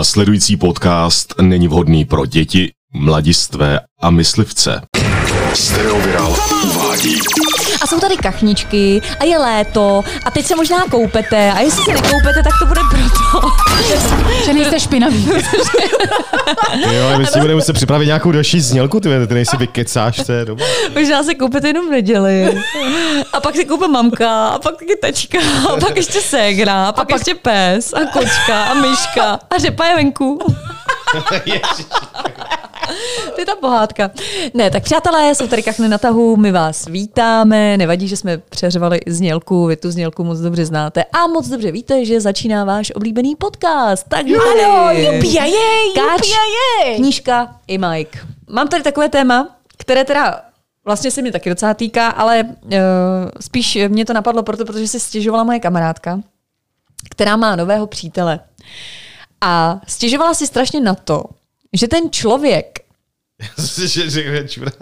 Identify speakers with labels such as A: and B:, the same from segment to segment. A: Následující podcast není vhodný pro děti, mladistvé a myslivce.
B: Stereoviral uvádí.
C: A jsou tady kachničky a je léto a teď se možná koupete a jestli se nekoupete, tak to bude proto.
D: Že nejste špinavý.
E: Jo, ale my si budeme muset připravit nějakou další znělku, ty, vole, ty nejsi vykecáš, to je dobré.
C: možná se koupete jenom v neděli. A pak se koupe mamka, a pak taky tačka, a pak ještě ségra, a pak, a pak ještě pes, a kočka, a myška, a řepa je venku. To je ta pohádka. Ne, tak přátelé, jsou tady kachny na tahu, my vás vítáme, nevadí, že jsme přeřvali i znělku, vy tu znělku moc dobře znáte a moc dobře víte, že začíná váš oblíbený podcast. Takže...
D: Ano, jupi a jej,
C: Káč,
D: jupi a jej.
C: knížka i Mike. Mám tady takové téma, které teda vlastně se mě taky docela týká, ale uh, spíš mě to napadlo proto, protože se stěžovala moje kamarádka, která má nového přítele. A stěžovala si strašně na to, že ten člověk
E: že řekne čurák.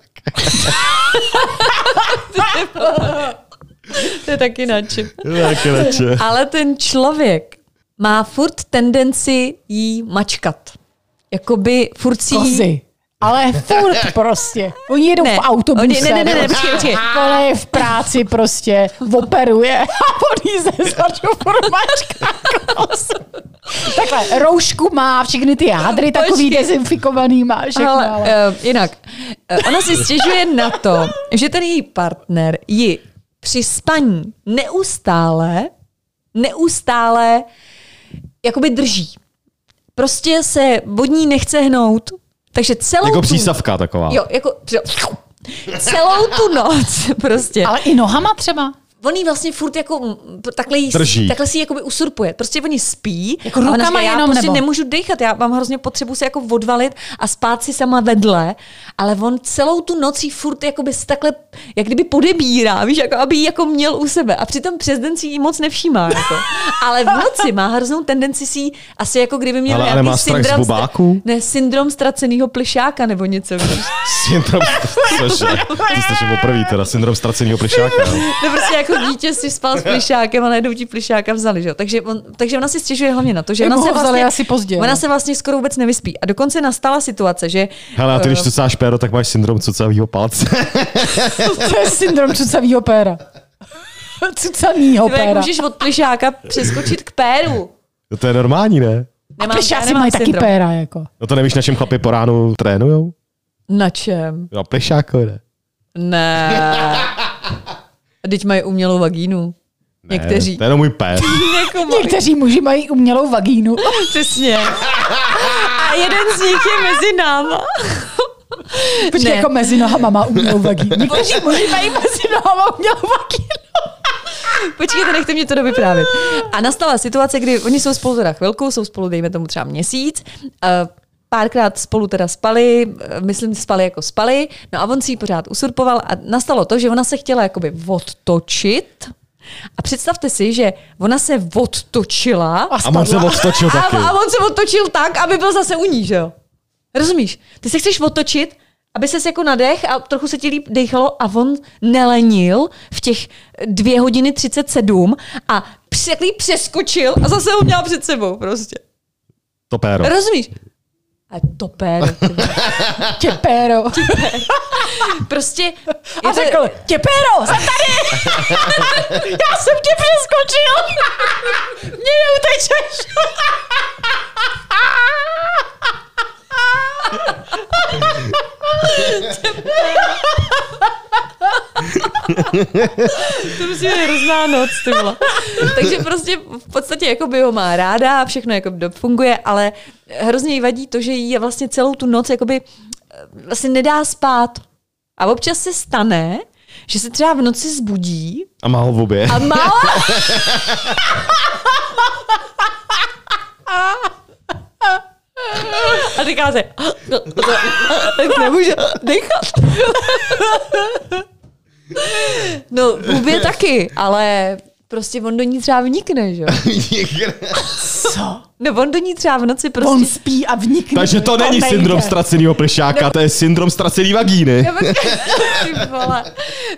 C: To je taky način.
E: Tak radši.
C: Ale ten člověk má furt tendenci jí mačkat. Jakoby furt si jí-
D: Kozy. Ale furt prostě. Oni jedou
C: Ne.
D: v autobuse.
C: Ne, ne, ne, ne, ne, počkej, počkej.
D: Ona je v práci prostě, operuje a on jí se začnou formačka. Takhle, roušku má, všechny ty jádry takový
C: Počkej.
D: dezinfikovaný má, všechno.
C: Ale,
D: Ale,
C: eh, jinak, eh, ona si stěžuje na to, že ten její partner ji při spaní neustále, neustále jakoby drží. Prostě se od ní nechce hnout, takže celou
E: Jako
C: tu-
E: přísavka taková.
C: Jo, jako celou tu noc prostě.
D: ale i nohama třeba.
C: on jí vlastně furt jako mm, takhle, jí,
E: Drží.
C: takhle si ji jakoby usurpuje. Prostě oni spí
D: Jako
C: a ona
D: rukama
C: já
D: jenom,
C: prostě
D: nebo?
C: nemůžu dýchat, já mám hrozně potřebu se jako odvalit a spát si sama vedle, ale on celou tu noc jí furt jakoby si takhle, jak kdyby podebírá, víš, jako aby ji jako měl u sebe a přitom přes den si ji moc nevšímá. Jako. Ale v noci má hroznou tendenci si ji asi jako kdyby měl
E: Ale- ale
C: nějaký
E: má strach z
C: syndrom,
E: bobáků?
C: ne, syndrom ztraceného plišáka nebo něco. víš.
E: Syndrom, cože, to slyším poprvé, teda syndrom ztraceného plišáka. no.
C: No prostě jako dítě si spal s plišákem a najednou ti plišáka vzali, že jo? Takže, on, takže ona si stěžuje hlavně na to, že
D: Jako
C: ona se,
D: ho vzali
C: vlastně,
D: asi pozdě,
C: ona
D: no.
C: se vlastně skoro vůbec nevyspí. A dokonce nastala situace, že...
E: Hele, a ty když
C: eh,
E: to sáš péro, tak máš syndrom cucavýho palce.
D: To je syndrom cucavýho péra. Cucanýho
C: ty, jak
D: péra.
C: můžeš od plišáka přeskočit k péru.
E: No to je normální, ne?
D: A
C: Nemám, já
D: plišáci
C: nemám
D: mají taky
C: syndrom.
D: péra, jako.
E: No to nevíš, na čem chlapi po ránu trénujou?
C: Na čem?
E: Na plišákovi, ne?
C: Ne. Teď mají umělou vagínu.
E: Ne,
C: Někteří.
E: To je jenom můj pér.
C: Jako mají.
D: Někteří muži mají umělou vagínu.
C: Přesně. A jeden z nich je mezi náma.
D: Počkej,
C: Ne.
D: jako mezi nohama má umělou vagínu. Někteří muži mají mezi nohama umělou vagínu.
C: Počkejte, nechte mě to dovyprávět. A nastala situace, kdy oni jsou spolu teda chvilku, jsou spolu, dejme tomu třeba měsíc, eh, párkrát spolu teda spali, eh, myslím, spali jako spali, no a on si ji pořád usurpoval a nastalo to, že ona se chtěla jakoby odtočit a představte si, že ona se odtočila
E: A on se odtočil
C: a,
E: taky.
C: a on se otočil tak, aby byl zase u ní, že jo? Rozumíš? Ty se chceš otočit, aby ses jako nadech a trochu se ti líp dechalo a on nelenil v těch dvě hodiny 37 a překlý přeskočil a zase ho měla před sebou prostě.
E: To péro.
C: Rozumíš? A to pér. ty vole.
D: Tě péro.
C: Prostě...
D: A
C: je to-
D: řekl, tě péro, jsem tady. Já jsem tě přeskočil. Mě neutečeš.
C: To musí být hrozná noc, ty vole. Takže prostě v podstatě jako by ho má ráda a všechno jako funguje, ale hrozně jí vadí to, že jí je vlastně celou tu noc jakoby eh, vlastně nedá spát. A občas se stane, že se třeba v noci zbudí
E: A má ho v obě.
C: a má A říká se, "Ah, no, tak nemůže dechat. No, hubě taky, ale prostě on do ní třeba vnikne, že jo?
D: Co?
C: No on do ní třeba v noci prostě...
D: On spí a vnikne.
E: Takže to není
D: nejde.
E: syndrom ztraceného plešáka, to je syndrom ztracený vagíny.
C: Já bych- Ty vole.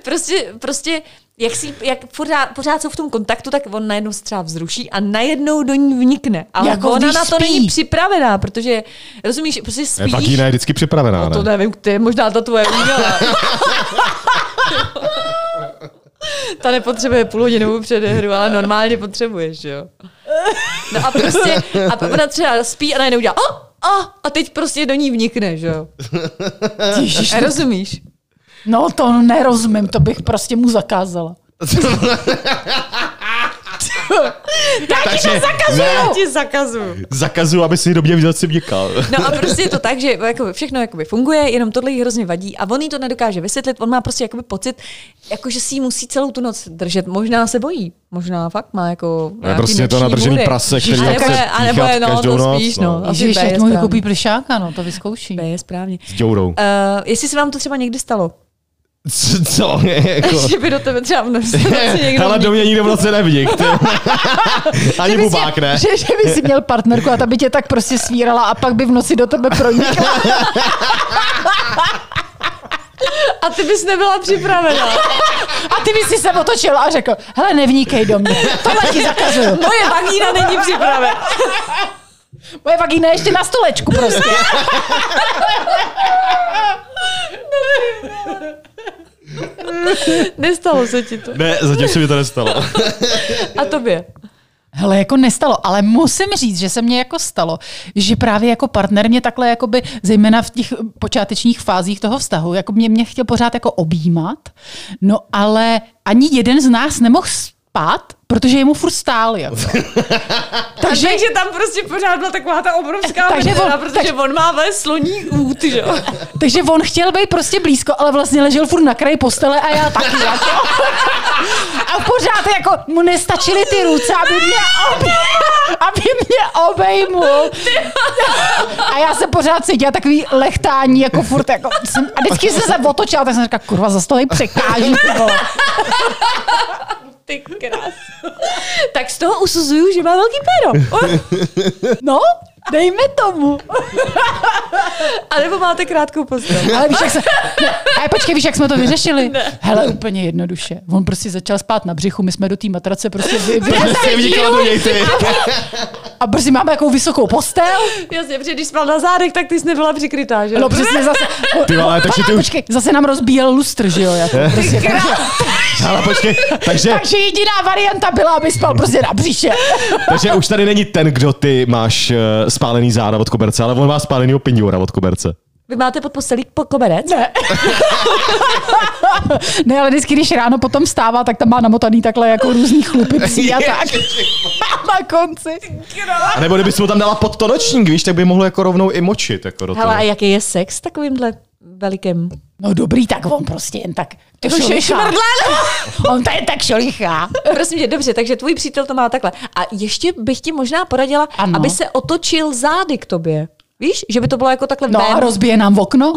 C: Prostě, prostě jak, si, jak pořád, pořád jsou v tom kontaktu, tak on najednou se třeba vzruší a najednou do ní vnikne. Ale
D: Jako
C: ona
D: když
C: na to
D: spí.
C: není připravená, protože, rozumíš, prostě
E: Ne,
C: spíš...
E: Vagína je vždycky připravená,
C: No to
E: ne?
C: nevím, to je možná ta tvoje uměla. ta nepotřebuje půlhodinovou předehru, ale normálně potřebuješ, že jo. No a prostě, a ona třeba spí a najednou dělá, oh, oh, a teď prostě do ní vnikne, že jo.
D: Ježiš,
C: Rozumíš?
D: No to nerozumím, to bych prostě mu zakázala. Taky
E: Takže
D: to zakazuju!
E: ne.
C: Já ti zakazuju.
E: Zakazuju, aby si do mě viděl, si vnikal.
C: No a prostě je to tak, že jako všechno jakoby funguje, jenom tohle jí hrozně vadí a on jí to nedokáže vysvětlit, on má prostě jakoby pocit, jako že si ji musí celou tu noc držet, možná se bojí, možná fakt má jako
E: je prostě to nadržený prase, který
C: a
E: jak
C: nebo,
E: se
C: a nebo
E: píchat
C: je, no,
E: každou
C: to
E: noc,
C: spíš,
E: no.
C: no. no.
D: Ježiš,
C: B je
D: ať mu
C: správně.
D: koupí plešáka, no to vyzkouší.
C: B je správně.
E: S Děurou.
C: Uh, jestli se vám to třeba někdy stalo,
E: Co- Co? Jako...
C: že by do tebe třeba v noci noci někdo
E: Ale do mě nikdo v noci nevnik. Ani
D: Že bys
E: bubák,
D: měl-
E: ne?
D: Že, že by si měl partnerku a ta by tě tak prostě svírala a pak by v noci do tebe pronikla.
C: a ty bys nebyla připravena.
D: A ty by si se otočil a řekl, hele, nevníkej do mě, tohle ti zakazuju.
C: Moje vagína není připravena.
D: Moje vagína je ještě na stolečku prostě.
C: Nestalo se ti to.
E: Ne, zatím se mi to nestalo.
C: A tobě.
D: Hele, jako nestalo, ale musím říct, že se mně jako stalo, že právě jako partner mě takhle, jakoby, zejména v těch počátečních fázích toho vztahu, jako mě, mě chtěl pořád jako objímat, no ale ani jeden z nás nemohl spát, protože jemu furt stál. Jako.
C: Takže, takže tam prostě pořád byla taková ta obrovská
D: Takže
C: takže
D: on-
C: on, protože on má ve sloní út, že jo.
D: Takže on chtěl být prostě blízko, ale vlastně ležel furt na kraji postele a já taky. Jako. A pořád jako mu nestačily ty ruce, aby mě, obe, aby mě obejmul. A já se pořád cítila takový lechtání, jako furt, jako jsem, a vždycky jsem se otočila, tak jsem říkala, kurva, zase toho jí překáží. ty vole.
C: Ty krás. tak z toho usuzuju, že má velký péro.
D: No, dejme tomu.
C: A nebo máte krátkou postel.
D: Ale víš, jak se... Ne, ale počkej, víš, jak jsme to vyřešili? Hele, úplně jednoduše. On prostě začal spát na břichu, my jsme do té matrace prostě vy, vy,
E: Jsi vnikla do něj ty.
D: A prostě máme jakou vysokou postel?
C: Jasně, protože když spal na zádech, tak ty jsi nebyla přikrytá, že jo.
D: No přesně zase.
E: Ty vole, takže ty už...
D: Počkej, zase nám rozbíjel lustr, že jo? Jako, prostě,
E: Ale počkej, takže,
D: takže jediná varianta byla, aby spal prostě na břiše.
E: takže už tady není ten, kdo ty máš eh, spálený záda od koberce, ale on má spálenýho pinjura od koberce.
C: Vy máte pod postelí po koberec?
D: Ne. ne, ale vždycky, když ráno potom stává, tak tam má namotaný takhle jako různý chlupy psí a tak. na konci.
E: A nebo kdybys mu tam dala pod to nočník, víš, tak by mohlo jako rovnou i močit. Jako do toho.
C: Hele, a jaký je sex s takovýmhle velikým?
D: No dobrý, tak on prostě jen tak to
C: Jako, že
D: šolichá.
C: šmrdlá,
D: On to jen tak šolichá.
C: Prosím tě, dobře, takže tvůj přítel to má takhle. A ještě bych ti možná poradila,
D: Ano.
C: aby se otočil zády k tobě. Víš, že by to bylo jako takhle
D: No a
C: ven.
D: rozbije nám v okno.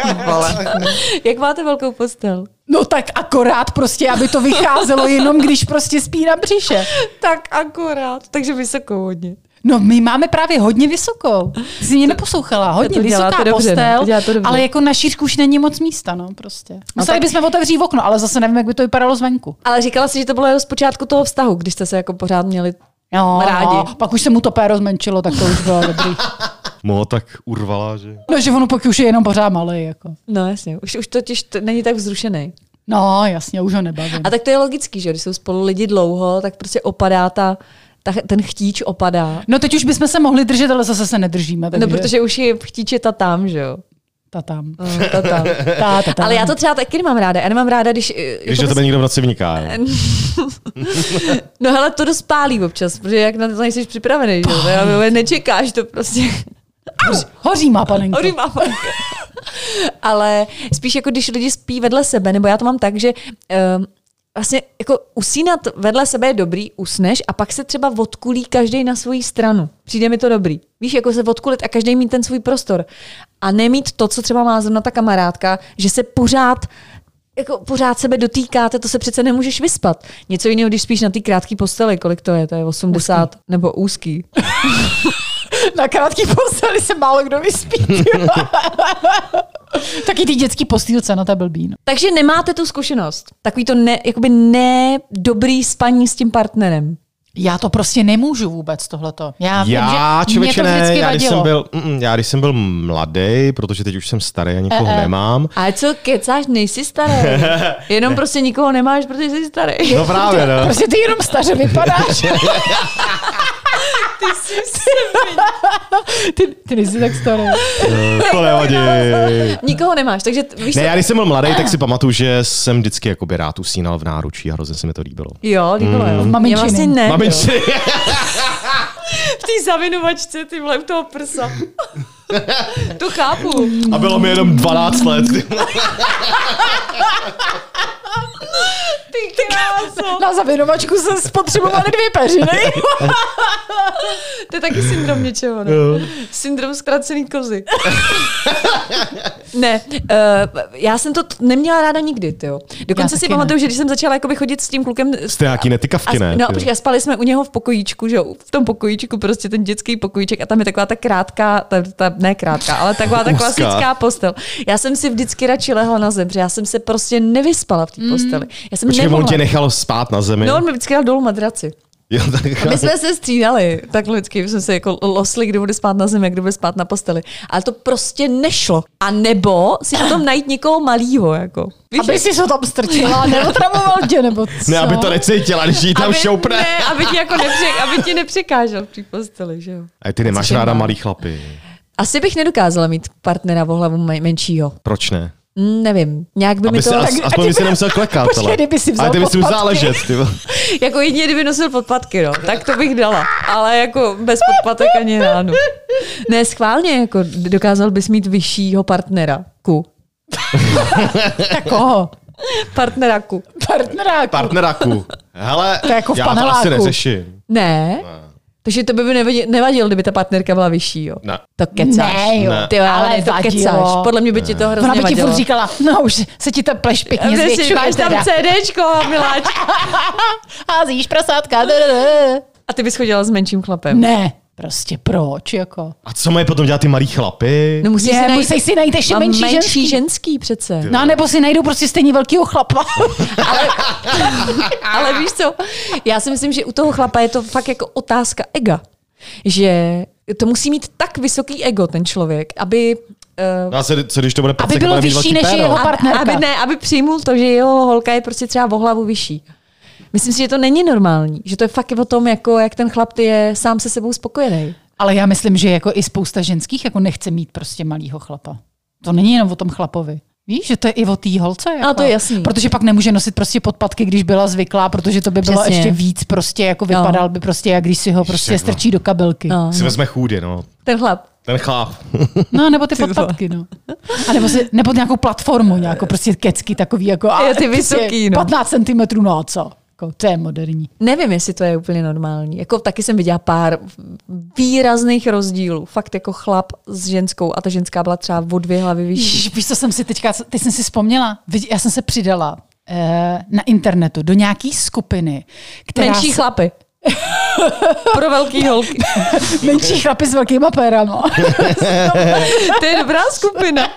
C: Jak máte velkou postel?
D: No tak akorát prostě, aby to vycházelo jenom, když prostě spí na břiše.
C: Tak akorát, takže vysokou hodně.
D: No, my máme právě hodně vysokou. Ty Jsi mě neposlouchala. Hodně
C: To děláte
D: vysoká
C: dobře, no.
D: postel,
C: To děláte dobře.
D: ale jako na šířku už není moc místa, no prostě. Museli
C: tak-
D: bychom otevřít okno, ale zase nevím, jak by to vypadalo zvenku.
C: Ale říkala jsi, že to bylo jenom z počátku toho vztahu, když jste se jako pořád měli
D: No,
C: rádi.
D: no, pak už se mu to péro zmenšilo, tak to už bylo dobrý.
E: Mo tak urvala, že...
D: No, že on pak už je jenom pořád malý, jako.
C: No jasně, už, už totiž t- není tak vzrušený.
D: No, jasně, už ho nebavím.
C: A tak to je logický, že jo, když jsou spolu lidi dlouho, tak prostě opadá ta, ta ten chtíč opadá.
D: No, teď už bychom se mohli držet, ale zase se nedržíme. Takže...
C: No protože už je chtíč je ta tam, že jo.
D: Ta tam.
C: No, ta tam.
D: Ta, ta, tam.
C: Ale já to třeba taky nemám ráda. Já nemám ráda, když... eh,
E: Když
C: jako
E: do
C: to
E: tebe někdo v noci vniká. jo.
C: No hele, to dost pálí občas, protože jak na to nejsi připravený, že jo. To já- Nečekáš to prostě.
D: Hoří- Hoří má panenko.
C: Ory má panenka. Ale spíš jako když lidi spí vedle sebe, nebo já to mám tak, že um, vlastně jako usínat vedle sebe je dobrý, usneš a pak se třeba odkulí každý na svoji stranu. Přijde mi to dobrý. Víš, jako se odkulit a každý mít ten svůj prostor. A nemít to, co třeba má zrovna ta kamarádka, že se pořád jako pořád sebe dotýkáte, to se přece nemůžeš vyspat. Něco jiného, když spíš na té krátké posteli, kolik to je, to je 80 úzký. nebo úzký.
D: Na krátký posteli se málo kdo vyspí. jo. Taky ty dětský postýlce, no to je blbý. No.
C: Takže nemáte tu zkušenost. Takový to ne, jakoby nedobrý spaní s tím partnerem.
D: Já to prostě nemůžu vůbec tohleto. Já,
E: Já,
D: vím, že mě
E: člověče,
D: to
E: ne,
D: vždycky
E: já když,
D: vadilo.
E: jsem byl, mm, já když jsem byl mladý, protože teď už jsem starý a
C: Eh,
E: nikoho nemám.
C: Ale co kecáš, nejsi starý. Jenom prostě nikoho nemáš, protože jsi starý.
E: No právě, no.
D: Prostě ty jenom staře vypadáš. ty, jsi ty, ty nejsi tak starý.
E: no. To nevadí.
C: Nikoho nemáš, takže t- víš
E: Ne,
C: co?
E: já když jsem byl mladý, tak si pamatuju, že jsem vždycky jakoby rád usínal v náručí a hrozně se mi to líbilo.
C: Jo, líbilo,
E: Mm,
C: jo.
D: Maminčiny.
C: Já vlastně ne.
E: Maminči,
C: V té zavinovačce, ty vole, u toho prsa. to chápu.
E: a bylo mi jenom 12 let.
C: Ty kráso.
D: Na zavinovačku jsem spotřebovala dvě peřiny.
C: To je taky syndrom něčeho, ne? Syndrom zkrácený kozy. ne, uh, já jsem to t- neměla ráda nikdy, ty jo. Dokonce
D: Já
C: si
D: taky
C: pamatuju, že když jsem začala jakoby chodit s tím klukem... s-
E: Jste nějaký
C: a,
E: netykavky, ne?
C: no,
E: ty?
C: počkej, a spali jsme u něho v pokojíčku, že jo, v tom pokojíčku, prostě ten dětský pokojíček a tam je taková ta krátká, ta, ta ne krátká, ale taková ta
E: Úzká.
C: klasická postel. Já jsem si vždycky radši lehla na zem, protože já jsem se prostě nevyspala v
D: Mm.
C: té posteli. Já jsem
E: Počkej,
C: nemohla.
E: on tě nechal spát na zemi.
C: No, on mi vždycky dal dolů madraci.
E: Jo, tak-
C: A my jsme se střídali, tak lidsky my jsme se jako losli, kdo bude spát na zemi, a kdo bude spát na posteli. Ale to prostě nešlo. A nebo si na tom najít někoho malýho, jako. Víš,
D: Aby si to tam strčila a neotravoval tě, nebo co?
E: Ne, aby to necítila, když jí tam šoupne.
C: Ne, aby ti, jako nepře, aby ti nepřekážel v té posteli, že jo.
E: A ty nemáš
C: Což je
E: ráda
D: no?
C: má.
E: malý chlapy.
C: Asi bych nedokázala mít partnera o hlavu men- menšího.
E: Proč ne?
C: Mm, nevím, nějak by mi
E: Aby
C: to...
E: si, as,
C: tak,
D: a ty
E: aspoň by si
D: by-
E: nemusel klekat.
D: Počkej,
E: ale-
D: kdyby si vzal
E: Ale ty by si musel
D: podpatky.
E: ležet. Ty. vole.
C: jako jedině, kdyby nosil podpatky, no, tak to bych dala. Ale jako bez podpatek ani ráno. Ne, schválně, jako dokázal bys mít vyššího partnera. Ku.
D: Tak koho?
C: Partnera ku.
D: Partneráku.
E: Partneraku. Hele,
D: To je jako v
E: já to asi
D: paneláku.
E: neřeším.
C: Ne? Takže to by mi nevadil, nevadil, kdyby ta partnerka byla vyšší, jo?
E: Ne.
C: To kecáš.
D: Ne, jo.
E: Ne.
C: Ty, jo, ale,
D: Ale
C: to
D: vadilo.
C: kecáš. Podle mě by ti to hrozně
D: Ona by ti
C: vadilo.
D: furt říkala, no už se ti ta pleš pěkně
C: Protože si
D: zvětšuje.
C: máš tam
D: teda.
C: CDčko, miláčku.
D: Házíš prasátka.
C: A ty bys chodila s menším chlapem.
D: Ne, prostě proč, jako?
E: A co mají potom dělat ty malí chlapy?
C: No musíš
D: Je,
C: si najít,
D: musíš si najít ještě
C: Mám
D: menší
C: menší
D: ženský.
C: ženský přece.
D: No a nebo si najdou prostě stejně velkýho chlapa.
C: Ale víš co, já si myslím, že u toho chlapa je to fakt jako otázka ega. Že to musí mít tak vysoký ego ten člověk, aby... eh,
E: No a co, co když to bude prcek,
D: bylo
E: bude mít
D: vyšší
E: velký
D: než
E: péro?
D: jeho-
C: Ab-
D: partnerka.
C: Aby ne, aby přijmul to, že jeho holka je prostě třeba o hlavu vyšší. Myslím si, že to není normální, že to je fakt o tom, jako jak ten chlap ty je sám se sebou spokojený.
D: Ale já myslím, že jako i spousta ženských jako nechce mít prostě malýho chlapa. To není jenom o tom chlapovi. Víš, že to je i o té holce. Jako.
C: A to je jasný.
D: Protože pak nemůže nosit prostě podpatky, když byla zvyklá, protože to by bylo
C: Přesně.
D: ještě víc prostě, jako vypadal by prostě, jak když si ho prostě
E: Ježiš, jako.
D: strčí do kabelky. No,
C: No.
E: Si vezme chůdy, no.
C: Ten chlap.
E: Ten chláp.
D: no nebo ty,
C: vole.
D: podpatky, no. A nebo, si, nebo nějakou platformu, nějakou prostě kecky takový, jako a
C: Jo, ty
D: prostě
C: vysoký, no.
D: 15 cm, no a co? Jako, to je moderní.
C: Nevím, jestli to je úplně normální. Jako taky jsem viděla pár výrazných rozdílů. Fakt jako chlap s ženskou a ta ženská byla třeba o dvě hlavy vyšší.
D: Ježiš, víš, co jsem si teďka, teď jsem si vzpomněla, Vidí- já jsem se přidala eh, na internetu do nějaký skupiny, která
C: Menší
D: se,
C: chlapy. Pro velký holky.
D: menší chlapy s velkýma pérama.
C: To je dobrá skupina.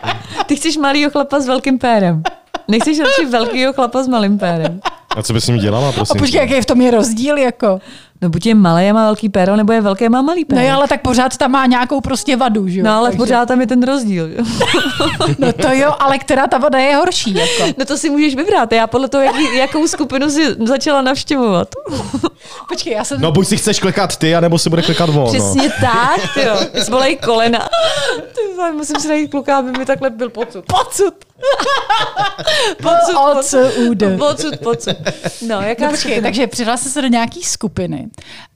C: Ty chceš malýho chlapa s velkým pérem. Nechceš radši velkýho chlapa s malým pérem.
E: A co by s ním dělala,
D: A
E: prosím? tě?
D: počkej, jaký je v tom je rozdíl, jako.
C: No buď je malé a má velký péro, nebo je velké a má malý péro.
D: No jo, ale tak pořád tam má nějakou prostě vadu, že jo?
C: no ale
D: Takže-
C: pořád tam je ten rozdíl. jo.
D: No to jo, ale která ta vada je horší, jako.
C: No to si můžeš vybrat. Já podle toho, jaký, jakou skupinu si začala navštěvovat.
D: Počkej, já jsem...
E: No buď si chceš klekat ty, anebo si bude klekat on. No.
C: Přesně tak, ty jo. Zvolej kolena. Ty, vole, musím si najít kluka, aby mi takhle byl pocud. Pocud! Pocud,
D: OCUD.
C: Pocud, pocud. No, jaká
D: No, počkej, takže přidala jsem se do nějaký skupiny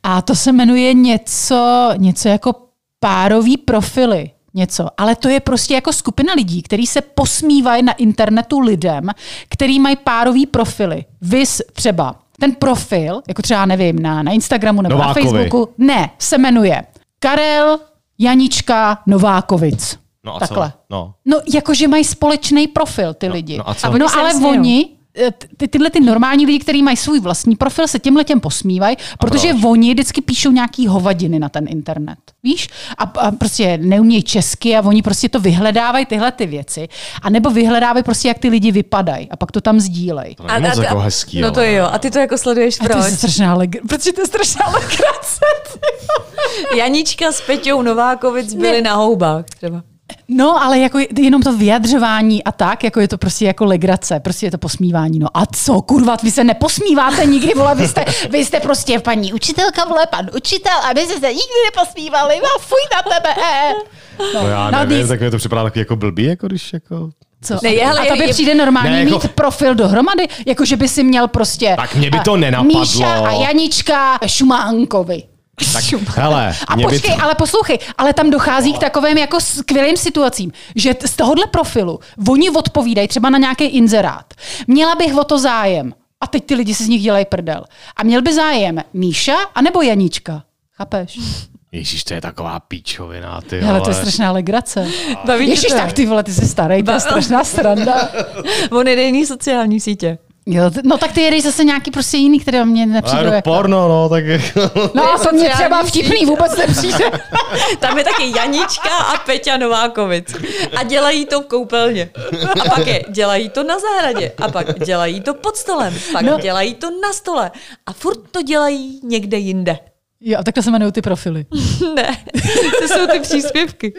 D: a to se jmenuje něco, něco jako párový profily. Něco. Ale to je prostě jako skupina lidí, kteří se posmívají na internetu lidem, který mají párový profily. Vys třeba ten profil, jako třeba nevím, na, na Instagramu nebo
E: Novákovi.
D: na Facebooku, ne, se jmenuje Karel Janička Novákovic.
E: No a
D: Takhle.
E: co? No.
D: No, jakože mají společný profil ty lidi.
E: no a co? A
D: no,
E: oni
C: se
D: ale
C: nesmějou.
D: oni, eh, ty, tyhle ty normální lidi, kteří mají svůj vlastní profil, se těmhle těm posmívají, protože oni vždycky píšou nějaký hovadiny na ten internet. Víš? A, a prostě neumějí česky a oni prostě to vyhledávají tyhle ty věci. A nebo vyhledávají prostě, jak ty lidi vypadají a pak to tam sdílejí.
E: To není moc jako hezký,
C: No
E: ale-
C: to jo. A ty to jako sleduješ
D: A to je
C: proč?
D: strašná legr- protože to je strašná legrace. ty jo.
C: Janička s Peťou Novákovic byly na houbách třeba.
D: No, ale jako je- jenom to vyjadřování a tak, jako je to prostě jako legrace, prostě je to posmívání. No a co, kurva, vy se neposmíváte nikdy, vole, vy jste, vy jste prostě paní učitelka, vole, pan učitel a my jsme se nikdy neposmívali, no, fuj na tebe, e. e.
E: No já
D: no,
E: nevím,
D: víc.
E: tak mi to připadá taky jako blbý, jako když jako...
D: Co?
C: Ne, je- hele,
D: a to by
C: je-
D: přijde normální
E: Ne,
D: ne,
E: jako-
D: mít profil dohromady, jako že by si měl prostě...
E: Tak mě by to
D: eh,
E: nenapadlo.
D: Míša a Janička Šumánkovi.
E: Tak, hele,
D: A
E: mě by-
D: počkej, ale poslouchej, ale tam dochází k takovým jako skvělým situacím, že t- z tohohle profilu oni odpovídají třeba na nějaký inzerát. Měla bych o to zájem. A teď ty lidi si z nich dělají prdel. A měl by zájem Míša anebo Janíčka. Chápeš?
E: Ježíš, to je taková píčovina, ty
D: Hele, to je
E: vole.
D: strašná legrace.
C: Baví tě
D: Ježíš,
C: to?
D: tak ty vole, ty jsi starý,
C: No.
D: to je strašná sranda.
C: On je jiný sociální sítě.
D: Jo, t- no tak ty jedeš zase nějaký prostě jiný, který o mě nepřijde.
E: Ale
D: Jako.
E: porno, no, tak
D: No a to
C: sociální
D: mě třeba
C: síť.
D: vtipný vůbec nepřijde.
C: Tam je taky Janička a Peťa Novákovic. A dělají to v koupelně. A pak je, dělají to na zahradě. A pak dělají to pod stolem. Pak
D: No.
C: no. dělají to na stole. A furt to dělají někde jinde.
D: Jo, takhle se jmenují ty profily.
C: Ne, to jsou ty příspěvky.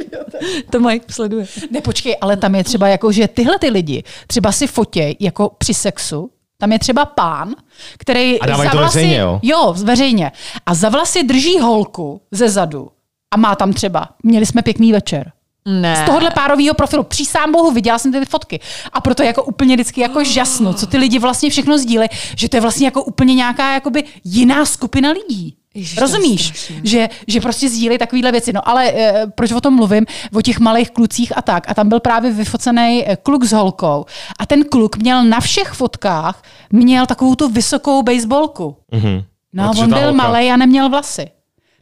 C: To Mike sleduje.
D: Ne, počkej, ale tam je třeba jako, že tyhle ty lidi třeba si fotěj jako při sexu, tam je třeba pán, který
E: A dávají
D: za
E: to
D: vlasy,
E: veřejně, jo?
D: Jo, veřejně. A za vlasy drží holku ze zadu a má tam třeba, měli jsme pěkný večer.
C: Ne.
D: Z tohohle párového profilu. Přísám bohu, viděla jsem ty fotky. A proto jako úplně vždycky
C: Ah.
D: jako žasnu, co ty lidi vlastně všechno sdílejí, že to je vlastně jako úplně nějaká jakoby jiná skupina lidí.
C: Ježiš,
D: Ježiš,
C: to je
D: Rozumíš?
C: strašný.
D: Že, že prostě sdílejí takovéhle věci. No ale e, proč o tom mluvím? O těch malých klucích a tak. A tam byl právě vyfocený eh, kluk s holkou. A ten kluk měl na všech fotkách, měl takovou tu vysokou baseballku. Mm-hmm. No a
E: Protože
D: on
E: ta
D: byl
E: holka-
D: malý a neměl vlasy.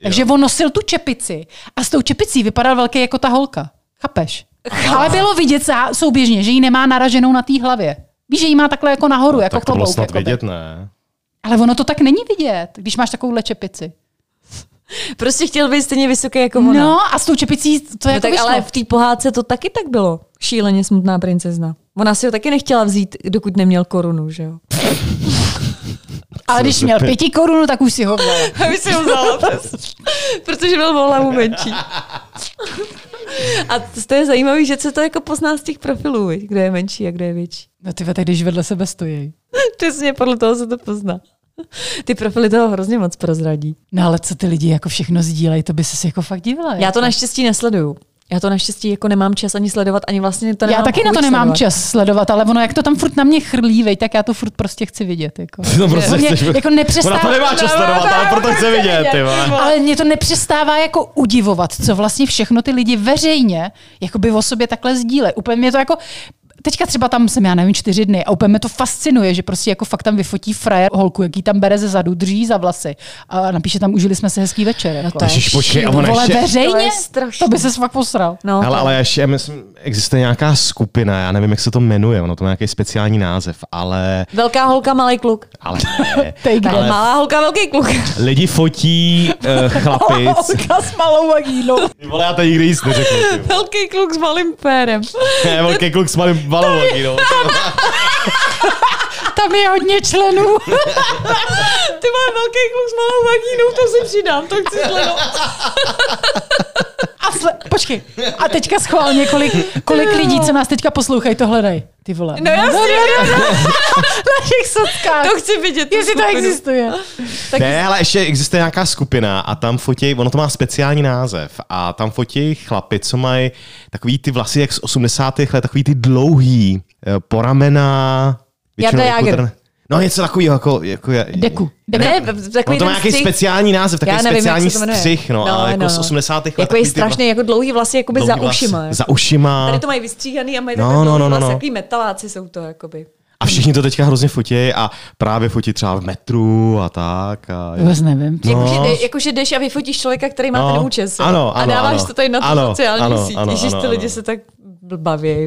D: Takže on nosil tu čepici a s tou čepicí vypadal velký jako ta holka. Chápeš? Ale bylo vidět zá- souběžně, že ji nemá naraženou na té hlavě. Víš, že ji má takhle jako nahoru, jako
E: No, tak to bylo
D: klobouk.
E: snad
D: jakoby.
E: vidět, ne?
D: Ale ono to tak není vidět, když máš takovouhle čepici.
C: Prostě chtěl být stejně vysoký jako ona.
D: No a s tou čepicí to
C: No
D: jako
C: tak,
D: vyšlo.
C: ale v té pohádce to taky tak bylo. Šíleně smutná princezna. Ona si ho taky nechtěla vzít, dokud neměl korunu, že jo?
D: ale když měl pěti korunu, tak už si ho vzal.
C: Aby si ho vzala, přes- protože byl o hlavu menší. A to je zajímavé, že se to jako pozná z těch profilů, viď, kdo je menší a kdo je větší.
D: No ty tak když vedle sebe stojí.
C: Přesně podle toho se to pozná. Ty profily toho hrozně moc prozradí.
D: No ale co ty lidi jako všechno sdílejí, to by se jako fakt divila.
C: Já to naštěstí nesleduju. Já to naštěstí jako nemám čas ani sledovat, ani vlastně to nemám
D: já taky na to
C: chuť
D: nemám
C: sledovat.
D: čas sledovat, ale ono, jak to tam furt na mě chrlí, vej, tak já to furt prostě chci vidět. Jako.
E: To prostě
D: To mě
E: chceš-
D: jako
E: Ona
D: nepřestává,
E: no, to nemá čas sledovat, ale proto chce vidět, ty vole.
D: ale mě to nepřestává jako udivovat, co vlastně všechno ty lidi veřejně jakoby o sobě takhle sdíle. Úplně mě to jako Teďka třeba tam jsem, já nevím, čtyři dny a úplně mě to fascinuje, že prostě jako fakt tam vyfotí frajer holku, jaký tam bere ze zadu, drží za vlasy a napíše tam, užili jsme se hezký večer. Jako.
C: to je
E: Ježíš, počkej, No a ona
D: Vole,
E: ještě...
C: To
D: veřejně?
C: je
D: To,
C: strašný.
D: by se fakt posral.
C: No,
E: Hele, ale ještě, myslím, existuje nějaká skupina, já nevím, jak se to jmenuje, ono to má nějaký speciální název, ale...
C: Velká holka, malý kluk.
E: Ale
D: Take
C: Tak,
D: that.
C: malá holka, velký kluk.
E: lidi fotí uh, chlapic.
D: s malou vagínou.
E: Ty vole, já to nikdy nic neřeknu. ty vole.
C: velký kluk s malým pérem.
E: Ne, velký kluk s malým balou, no.
D: Tam je hodně členů.
C: Ty má velký kluk s malou vagínou, to si přidám, to chci sledovat.
D: A sle- počkej, a teďka schválně, kolik, kolik lidí, co nás teďka poslouchají, to hledají. Ty vole.
C: No jasně, no, no,
D: na těch sockách.
C: to chci vidět. tu
D: Jestli to
C: skupinu.
D: existuje.
C: Tak
E: Ne, ale ještě existuje nějaká skupina a tam fotí, ono to má speciální název, a tam fotí chlapy, co mají takový ty vlasy jak z 80. let, takový ty dlouhý, eh, poramená.
C: Jarda
E: většinou jako
C: Jágr.
E: ten- No něco takového, jako, jako ja-
D: Deku. Deku.
C: Ne,
E: Ono
C: takový
E: to má
C: ten
E: nějaký
C: střih-
E: speciální název, takový
C: Já nevím, jak
E: speciální
C: se to jmenuje.
E: střih, no,
C: No,
E: ale jako
C: no,
E: z
C: no.
E: 80. let.
C: Jako je
E: takový ty
C: strašný, jako dlouhý vlasy, jakoby
E: dlouhý
C: za
E: vlasy.
C: ušima. jako.
E: Za ušima.
C: Tady to mají vystříhaný a mají
E: No, no,
C: no, no,
E: no,
C: vlasy,
E: no.
C: takový metaláci jsou to, jakoby.
E: A všichni to teďka hrozně fotí a právě fotí třeba v metru a tak. A
D: Vůbec nevím.
E: No.
C: Jakože, jde- jakože Jako, jdeš a vyfotíš člověka, který má
E: No.
C: ten účes. jo?
E: Ano,
C: a
E: ano,
C: dáváš
E: ano.
C: to tady na tu
E: Ano,
C: sociální
E: ano,
C: síť.
E: ano,
C: Ježiš,
E: ano,
C: ty lidi
E: ano.
C: se tak blbavějí,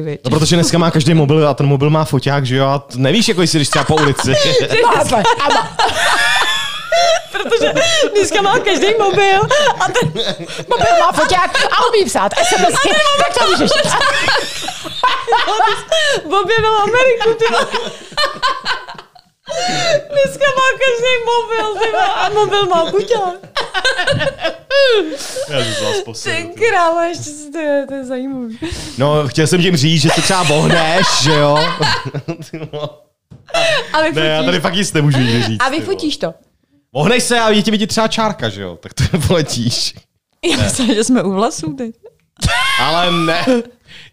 C: viď.
E: No, protože dneska má každý mobil a ten mobil má foťák, že jo? A t- nevíš, jako jestli jdeš třeba po ulici.
D: Máte.
C: Protože dneska má každý mobil a ten
D: Mobil má foťák a umí psát SMSky, tak to můžeš.
C: objevil Ameriku, ty vole. Dneska má každý mobil, ty vole, a mobil má kuťa. Ty kráva, ještě si to je, to je zajímavý.
E: No, chtěl jsem tím říct, že se třeba vohneš, že jo?
C: A
E: Ne, já tady
C: vyfotíš,
E: fakt nic nemůžu nikdy říct.
C: a
E: ty
C: vyfotíš to.
E: vole. Vohneš se a je ti vidět třeba čárka, že jo? Tak to poletíš.
C: Já myslím, že jsme u vlasů teď.
E: Ale ne.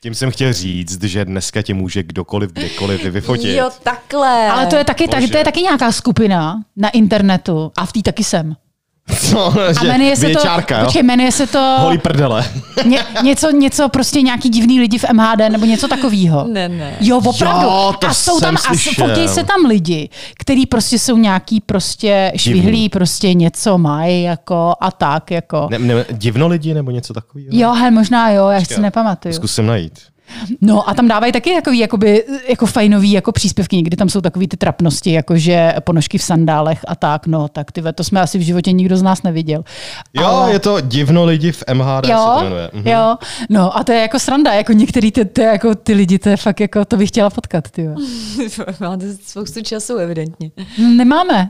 E: Tím jsem chtěl říct, že dneska tě může kdokoliv, kdekoliv vyfotit.
C: Jo, takhle.
D: Ale to je, taky, tak,
E: Bože.
D: to je taky nějaká skupina na internetu a v té taky jsem.
E: No,
D: A
E: že
D: jmenuje se to,
E: Věčárka, jo?
D: počkej, jmenuje se to
E: Holí prdele.
D: ně, něco, něco prostě nějaký divný lidi v MHD nebo něco takového.
C: Ne, ne.
D: Jo, opravdu.
E: Jo, to
D: a jsou tam,
E: jsem
D: a
E: slyšel.
D: fotí se tam lidi, kteří prostě jsou nějaký prostě švihlí, prostě něco mají jako a tak jako.
E: Ne, ne, divno lidi nebo něco takového?
D: Jo, hele, možná jo, já si
E: Počkej,
D: nepamatuju.
E: Zkusím najít.
D: No a tam dávají taky takový jakoby, jako fajnový jako příspěvky, někdy tam jsou takový ty trapnosti, jako že ponožky v sandálech a tak, no tak ty, ve- to jsme asi v životě nikdo z nás neviděl.
E: Jo,
D: Ale-
E: je to divno lidi v MHD, se
D: Jo,
E: to jmenuje. Mhm.
D: jo, no a to je jako sranda, jako některý ty, ty, jako ty lidi, to je fakt jako, to bych chtěla potkat, ty. jo.
C: Máte spoustu času, evidentně.
D: Nemáme.
C: Mhm. A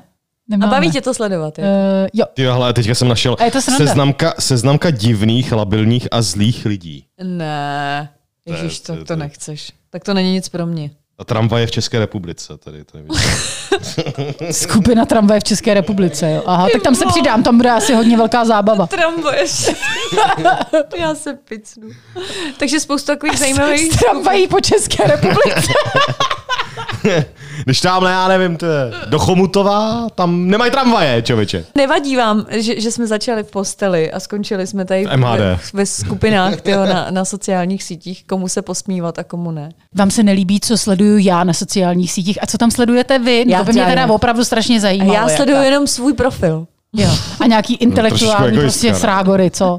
D: Nemáme.
C: baví tě to sledovat, jo?
D: Uh, jo,
E: Ty jo, hele, teďka jsem našel
D: A je to sranda.
E: seznamka, seznamka divných, labilních a zlých lidí.
C: Ne,
E: je-
C: ježiš,
E: to je-
C: to,
E: to
C: to
E: je-
C: nechceš. Tak to není nic pro mě.
E: A tramvaje v České republice, tady to nevidím.
D: skupina tramvaje v České republice, jo. Aha, tak tam se přidám, tam bude asi hodně velká zábava.
C: Tramvaje. Já se picnu. Takže spoustu takových zajímavých...
D: S tramvají po České republice.
E: Když tamhle, já nevím, to je do Chomutova, tam nemají tramvaje, čověče.
C: Nevadí vám, že, že jsme začali v posteli a skončili jsme tady
E: MHD.
C: ve, ve skupinách tyjo, na, na sociálních sítích, komu se posmívat a komu ne.
D: Vám se nelíbí, co sleduju já na sociálních sítích a co tam sledujete vy?
C: Já
D: Já, to by mě
C: já
D: teda
C: ne.
D: opravdu strašně
C: A
D: zajímalo.
C: já sleduju
D: jaká-
C: jenom svůj profil.
D: Jo. A nějaký
E: No, trošičku
D: intelektuální
E: egoistka,
D: prostě
E: no.
D: srágory, co?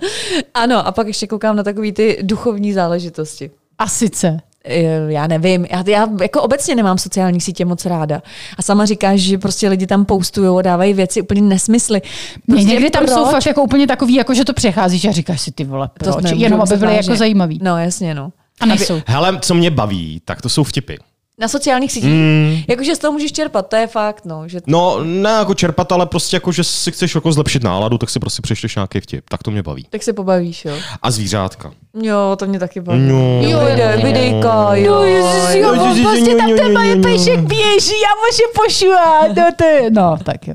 C: Ano, a pak ještě koukám na takový ty duchovní záležitosti.
D: A sice.
C: Eh, já nevím, já, já jako obecně nemám sociální sítě moc ráda. A sama říkáš, že prostě lidi tam postují a dávají věci úplně nesmysly.
D: Prostě
C: Prostě
D: někdy tam
C: proč?
D: jsou fakt jako úplně takový, jako že to přecházíš a říkáš si ty vole,
C: To
D: proč?
C: ne,
D: Jenom
C: můžu
D: aby byly
C: myslet
D: jako
C: vážně.
D: zajímavý.
C: No, jasně, no.
D: A nejsou.
E: Hele, co mě baví, tak to jsou vtipy.
C: Na sociálních sítích. Jakože z toho můžeš čerpat, to je fakt, no. Že
E: Mm. No, ne jako čerpat, ale prostě jako, že si chceš jako zlepšit náladu, tak si prostě přečteš nějaký vtip. Tak to mě baví.
C: tak se pobavíš, jo.
E: A zvířátka.
C: Jo, to mě taky baví.
E: No.
C: Jo, jde, videjka, jo.
D: Jo,
E: jo,
D: on
E: jo,
D: prostě
E: jo,
D: tam
E: jo,
D: ten
E: jo,
D: malý
E: jo,
D: pejšek
E: jo.
D: běží a může pošuhat. No, to je, no, tak jo.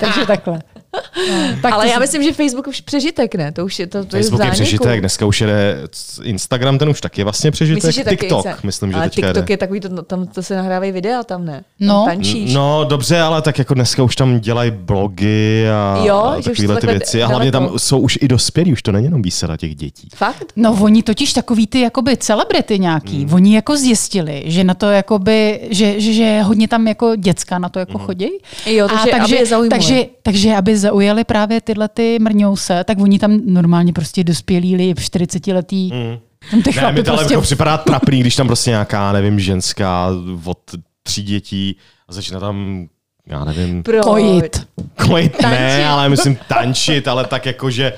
D: Takže takhle. No, tak
C: Ale
D: to
C: já
D: jsem-
C: myslím, že Facebook už přežitek, ne? To už je to, to je v
E: Facebook je
C: zániku.
E: přežitek, dneska už jede c- Instagram, ten už taky je vlastně přežitek.
C: Myslíš, že taky
E: TikTok,
C: se-
E: myslím, že
C: Ale
E: teďka
C: TikTok
E: jede.
C: je takový, to, no, tam to se nahrávají videa, tam ne? Tam
D: No.
C: tančíš.
E: No dobře, ale tak jako dneska už tam dělají blogy a,
C: Jo, že
E: a
C: už jsou
E: takovýhle ty
C: takhle
E: věci. A hlavně
C: daleko.
E: tam jsou už i dospělí, už to není jenom výsada těch dětí.
C: Fakt?
D: No oni totiž takový ty jakoby celebrity nějaký, mm. oni jako zjistili, že na to jakoby, že, že, že hodně tam jako děcka na to jako mm. chodí.
C: Jo, takže aby je zaujmuli.
D: takže, takže aby zaujali právě tyhle ty mrňouse, tak oni tam normálně prostě dospělí lidi, 40 letý. Mm. Tam
C: No,
D: ty
E: Ne,
D: chlapy
E: mi to ale
D: prostě...
E: jako připadá trapný, když tam prostě nějaká, nevím, ženská od tří dětí a začne tam, já nevím,
C: Proč?
D: Kojit.
E: kojit,
C: Tančit.
E: ne, ale myslím tančit, ale tak jako, že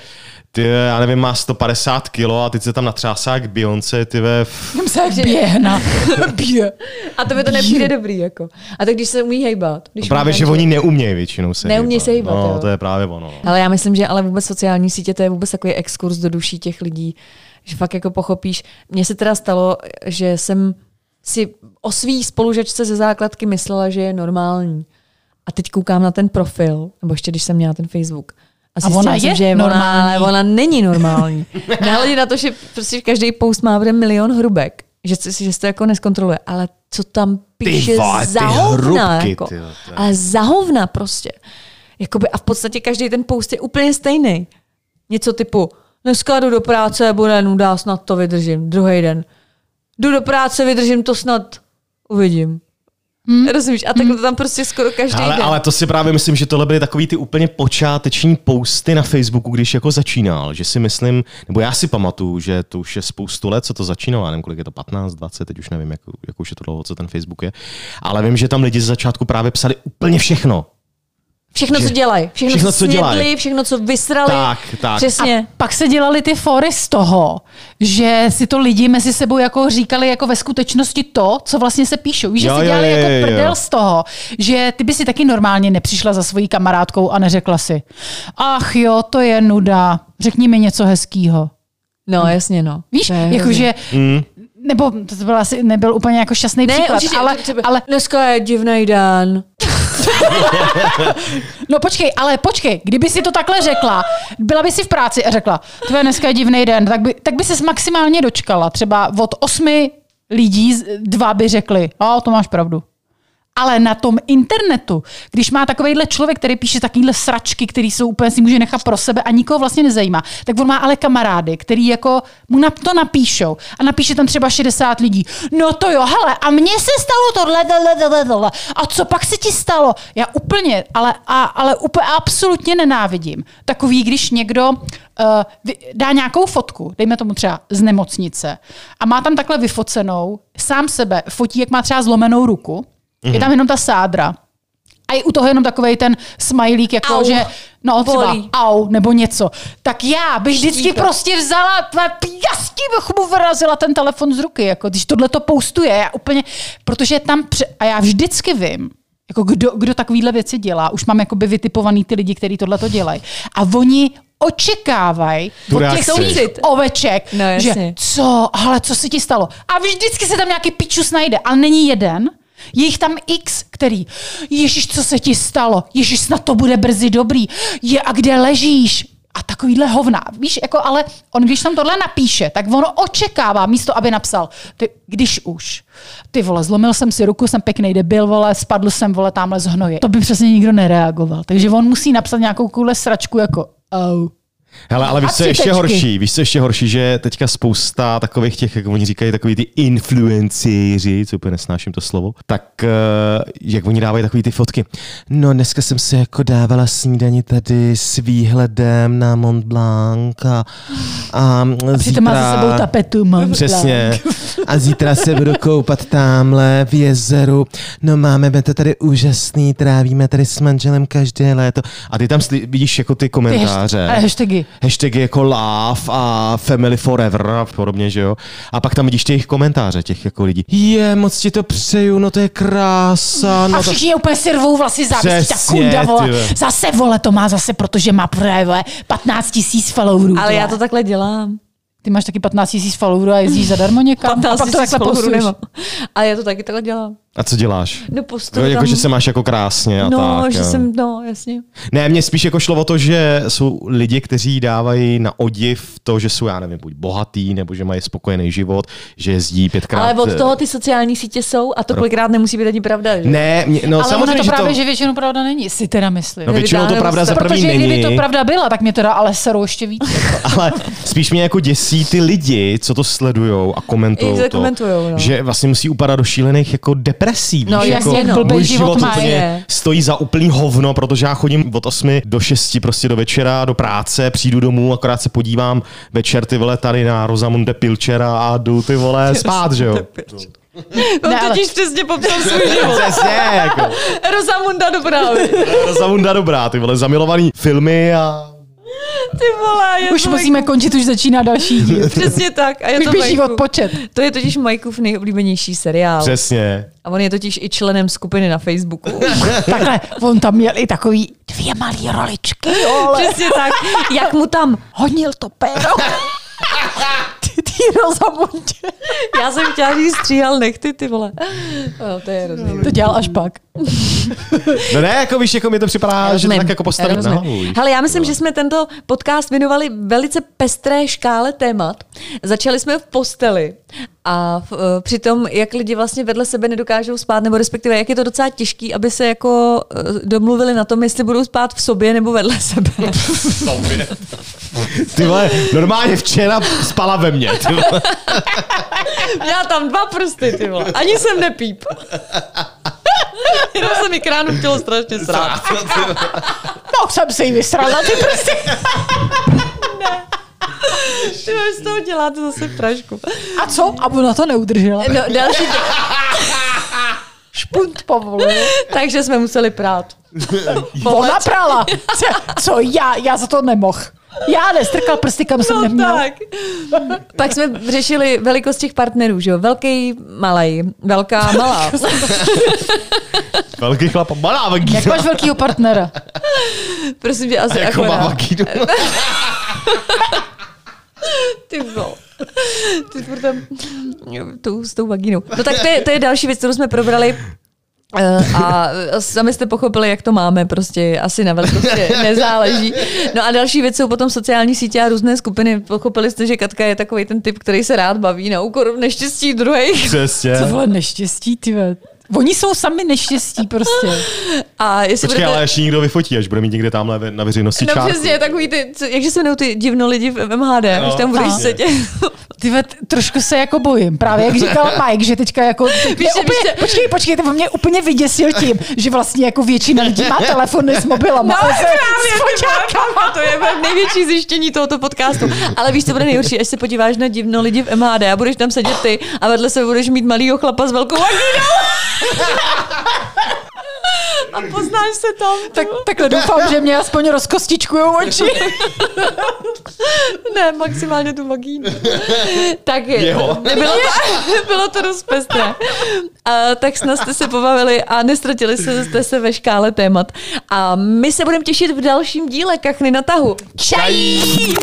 E: ty, já nevím, má 150 kilo a teď se tam natřásá jak Beyoncé, ty ve, v-
D: Tam se běhna. Bě.
C: A to mi to nepřijde dobrý, jako. A tak když se umí hejbat. Když
E: právě,
C: umí
E: že
C: tančit.
E: oni neumějí většinou se
C: Neumějí
E: hýbat.
C: se hýbat,
E: No,
C: jo.
E: to je právě ono. no.
C: Ale já myslím, že ale vůbec sociální sítě to je vůbec takový exkurs do duší těch lidí, že fakt jako pochopíš. Mně se teda stalo, že jsem si o svý spolužačce ze základky myslela, že je normální. A teď koukám na ten profil, nebo ještě když jsem měla ten Facebook. A, zjistila
D: ona
C: jsem,
D: je
C: že Ona,
D: normální.
C: ale ona není normální. Nehledě na to, že prostě každý post má bude milion hrubek, že, se- že se to jako neskontroluje. Ale co tam píše
E: vole, ty
C: za hovna,
E: hrubky,
C: jako.
E: ty jo, to je-
C: Ale za hovna prostě. Jakoby, a v podstatě každý ten post je úplně stejný. Něco typu, dneska jdu do práce, bude nuda, snad to vydržím. Druhý den, jdu do práce, vydržím to snad, uvidím. Hmm. Rozumíš? A tak to tam prostě skoro každý
E: Ale,
C: den.
E: ale to si právě myslím, že tohle byly takový ty úplně počáteční posty na Facebooku, když jako začínal, že si myslím, nebo já si pamatuju, že to už je spoustu let, co to začínalo, já nevím, kolik je to, 15, 20, teď už nevím, jak, jak už je to dlouho, co ten Facebook je, ale vím, že tam lidi z začátku právě psali úplně všechno.
C: Všechno, co
E: že-
C: dělají. Všechno,
E: všechno,
C: co
E: co dělají.
C: snědli, všechno, co vysrali.
E: Tak, tak.
C: Přesně.
D: A pak se dělali ty fory z toho, že si to lidi mezi sebou jako říkali jako ve skutečnosti to, co vlastně se píšou. Víš, že
E: Jo,
D: si
E: jo,
D: dělali
E: jo, jo,
D: jako
E: jo.
D: prdel z toho, že ty by si taky normálně nepřišla za svojí kamarádkou a neřekla si, ach jo, to je nuda, řekni mi něco hezkýho.
C: No, jasně, no.
D: Víš, jako
C: To je hrozný.
D: jakože,
E: Hmm.
D: nebo to byl asi, nebyl úplně jako šťastný
C: Ne,
D: příklad,
C: určitě,
D: ale,
C: třeba,
D: ale,
C: dneska je divný den.
D: no počkej, ale počkej, kdyby si to takhle řekla, byla by si v práci a řekla, to je dneska je divný den, tak by, tak by ses maximálně dočkala, třeba od osmi lidí, z- dva by řekli, a to máš pravdu. Ale na tom internetu, když má takovýhle člověk, který píše takovýhle sračky, který jsou úplně si může nechat pro sebe a nikoho vlastně nezajímá, tak on má ale kamarády, který jako mu na to napíšou a napíše tam třeba 60 lidí. No to jo, hele, a mně se stalo tohle, tohle, tohle, tohle. A co pak se ti stalo? Já úplně, ale, a, ale úplně absolutně nenávidím. Takový, když někdo uh, dá nějakou fotku, dejme tomu třeba z nemocnice, a má tam takhle vyfocenou, sám sebe fotí, jak má třeba zlomenou ruku, Mm-hmm. Je tam jenom ta sádra. A je u toho jenom takový ten smajlík, jako
C: Au.
D: au. že no třeba
C: Bolí.
D: au nebo něco. Tak já bych vždycky
C: Štípe.
D: prostě vzala, tvé pjastí bych mu vyrazila ten telefon z ruky, jako když tohle to postuje. Já úplně, protože tam, pře- a já vždycky vím, jako kdo, kdo takovýhle věci dělá. Už mám jakoby vytipovaný ty lidi, kteří tohle to dělají. A oni očekávají
E: Tu
D: od těch
E: reakci.
D: svých oveček,
C: No, jasně.
D: že co, ale co se ti stalo? A vždycky se tam nějaký pičus najde, ale není jeden. Je jich tam x, který, Ježíš, co se ti stalo? Ježíš, snad to bude brzy dobrý. Je, a kde ležíš? A takovýhle hovna. Víš, jako, ale on, když tam tohle napíše, tak ono očekává místo, aby napsal, ty, když už. Ty vole, zlomil jsem si ruku, jsem pěkný debil, vole, spadl jsem, vole, tamhle z hnoje. To by přesně nikdo nereagoval. Takže on musí napsat nějakou kůle sračku, jako, au.
E: Hele, ale víš,
D: A
E: co je ještě
D: citečky.
E: horší, víš, co je ještě horší, že teďka spousta takových těch, jak oni říkají, takový ty influencieři, co úplně nesnáším to slovo, tak eh, jak oni dávají takový ty fotky. No, dneska jsem si jako dávala snídani tady s výhledem na Mont Blanc a, a, a
D: Přitom má za sebou tapetu, mám
E: Přesně. A zítra se budu koupat tamhle v jezeru. No máme my to tady úžasný, trávíme tady s manželem každé léto. A ty tam sli- vidíš jako ty
D: Ty
E: komentáře.
D: hasht- a hashtagy.
E: Hashtagy jako love a family forever a podobně, že jo. A pak tam vidíš ty jejich komentáře, těch jako lidí. Je, moc ti to přeju, no to je krása.
D: A
E: No to...
D: všichni úplně si rvou vlasy závistí. Ta
E: Přesně,
D: kunda,
E: ty
D: vole.
E: vole.
D: Zase, vole, to má zase, protože má právě vole, 15 tisíc followerů.
C: Ale já
D: vole.
C: to takhle dělám.
D: Ty máš taky 15 tisíc followerů a jezdíš zadarmo někam?
C: 15
D: a pak to takhle postuješ.
C: Ale já to taky takhle dělám.
E: A co děláš?
C: No
D: prostě
C: postu
E: No, jako,
C: tam...
E: že se máš jako krásně a
C: No,
E: tak.
C: že
E: jo.
C: jsem, no, jasně.
E: Ne, mně spíš jako šlo o to, že jsou lidi, kteří dávají na odiv to, že jsou, já nevím, buď bohatý, nebo že mají spokojený život, že jezdí pětkrát.
C: Ale
E: eh,
C: od toho ty sociální sítě jsou a to kolikrát nemusí být ani pravda, že?
E: Ne, mě, no
D: Ale samozřejmě,
E: samozřejmě,
D: ono to
E: že
D: právě, že,
E: to...
D: většinou pravda není, si teda myslím.
E: No většinou to
C: Nevydá,
E: pravda
C: nebo
E: za
C: se-
E: první
D: Protože
E: není,
D: kdyby to pravda byla, tak mě teda ale serou ještě víc.
E: ale spíš mě jako děsí ty lidi, co to sledujou a
C: I
E: komentují
C: to
E: to,
C: komentujou, no.
E: že vlastně musí upadat do šílených jako depresí.
C: No,
E: víš,
C: jasně,
E: jako můj
C: no.
D: Blbej
E: život
D: život má,
E: úplně
C: je.
E: stojí za úplný hovno, protože já chodím od 8 do 6 prostě do večera, do práce, přijdu domů, akorát se podívám večer ty vole tady na Rosamunde Pilchera a jdu ty vole spát, že jo?
C: On
D: Ne, ale-
C: totiž přesně popsal svůj život.
E: Přesně, jako.
C: Rozamunda dobrá.
E: Rosamunda dobrá, ty vole, zamilovaný filmy a
C: Ty volá, je
D: už
C: to
D: musíme končit, už začíná další díl.
C: Přesně tak. A je
D: Už
C: to
D: běží
C: Michael.
D: odpočet.
C: To je totiž Majkův nejoblíbenější seriál.
E: přesně.
C: A on je totiž i členem skupiny na Facebooku.
D: Takhle, on tam měl i takový dvě malý roličky.
C: Přesně tak. Jak mu tam...
D: Honil to péro. ty, ty Rozamundě.
C: Já jsem chtěla říct stříhal nechty, ty vole. No, to je hrozný.
D: To dělal až pak.
E: No ne, jako víš, jako mi to připadá, že to tak jako postavit na hlavu. víš.
C: Hele, já myslím, že jsme tento podcast věnovali velice pestré škále témat. Začali jsme v posteli a v, eh, při tom, jak lidi vlastně vedle sebe nedokážou spát, nebo respektive jak je to docela těžký, aby se jako eh, domluvili na tom, jestli budou spát v sobě nebo vedle sebe.
E: Ty vole, normálně včera spala ve mně. Ty vole.
C: Měla tam dva prsty, ty vole. Ani jsem nepíp. Jenom se mi kránu chtělo strašně srát.
D: No, jsem si ji vysrala, ty prostě.
C: Ty už z toho děláte zase prašku.
D: A co? A ona to neudržela.
C: No, další,
D: Špunt povoluje.
C: takže jsme museli prát.
D: Ona prala. Co, co já? Já za to nemohl. Já nestrkal prsty, kam jsem
C: No
D: neměl.
C: tak. Pak jsme řešili velikost těch partnerů, že jo? Velký, malý, velká, malá.
D: Jako
E: Velký chlap a malá vagína.
D: Jak máš velkýho partnera?
C: Prosím tě, asi
E: jako má
C: akorát.
E: vagínu.
C: Ty vole. Ty furt tam jo, tou, s tou vagínou. No tak to je, to je další věc, kterou jsme probrali. Eh, A sami jste pochopili, jak to máme, prostě asi na velikosti nezáleží. No a další věc jsou potom sociální sítě a různé skupiny. Pochopili jste, že Katka je takový ten typ, který se rád baví na úkor neštěstí druhých.
E: Přesně.
D: To bylo neštěstí, ty ve. Oni jsou sami neštěstí prostě.
C: A jestli
E: Počkej,
C: budete...
E: ale ještě nikdo vyfotí, až bude mít někde tamhle ve- na veřejnosti
C: No
E: čárku.
C: přesně, takový ty, co- jak že se jmenují ty divno lidi v MHD,
E: No,
C: no, až tam budeš
E: přesně.
C: sedět.
D: Ty ve, trošku se jako bojím. Právě jak říkal Mike, že teďka jako... Mě
C: že-
D: úplně,
C: víš, že-
D: Počkej, počkej, to mě úplně vyděsil tím, že vlastně jako většina lidí má telefony s mobilama.
C: No,
D: ale se-
C: právě,
D: s foťákama.
C: A to je moje největší zjištění tohoto podcastu. Ale víš, co bude nejhorší, až se podíváš na divno lidi v MHD a budeš tam sedět ty a vedle se budeš mít malýho chlapa s velkou vagínou. A poznáš se tam.
D: Tak, takhle doufám, že mě aspoň rozkostičkujou oči.
C: Ne, maximálně tu vagínu. Tak je.
E: Jeho.
C: Bylo to, bylo to dost pestré. A, tak snad jste se pobavili a nestratili se- jste se ve škále témat. A my se budeme těšit v dalším díle Kachny na tahu.
D: Čají!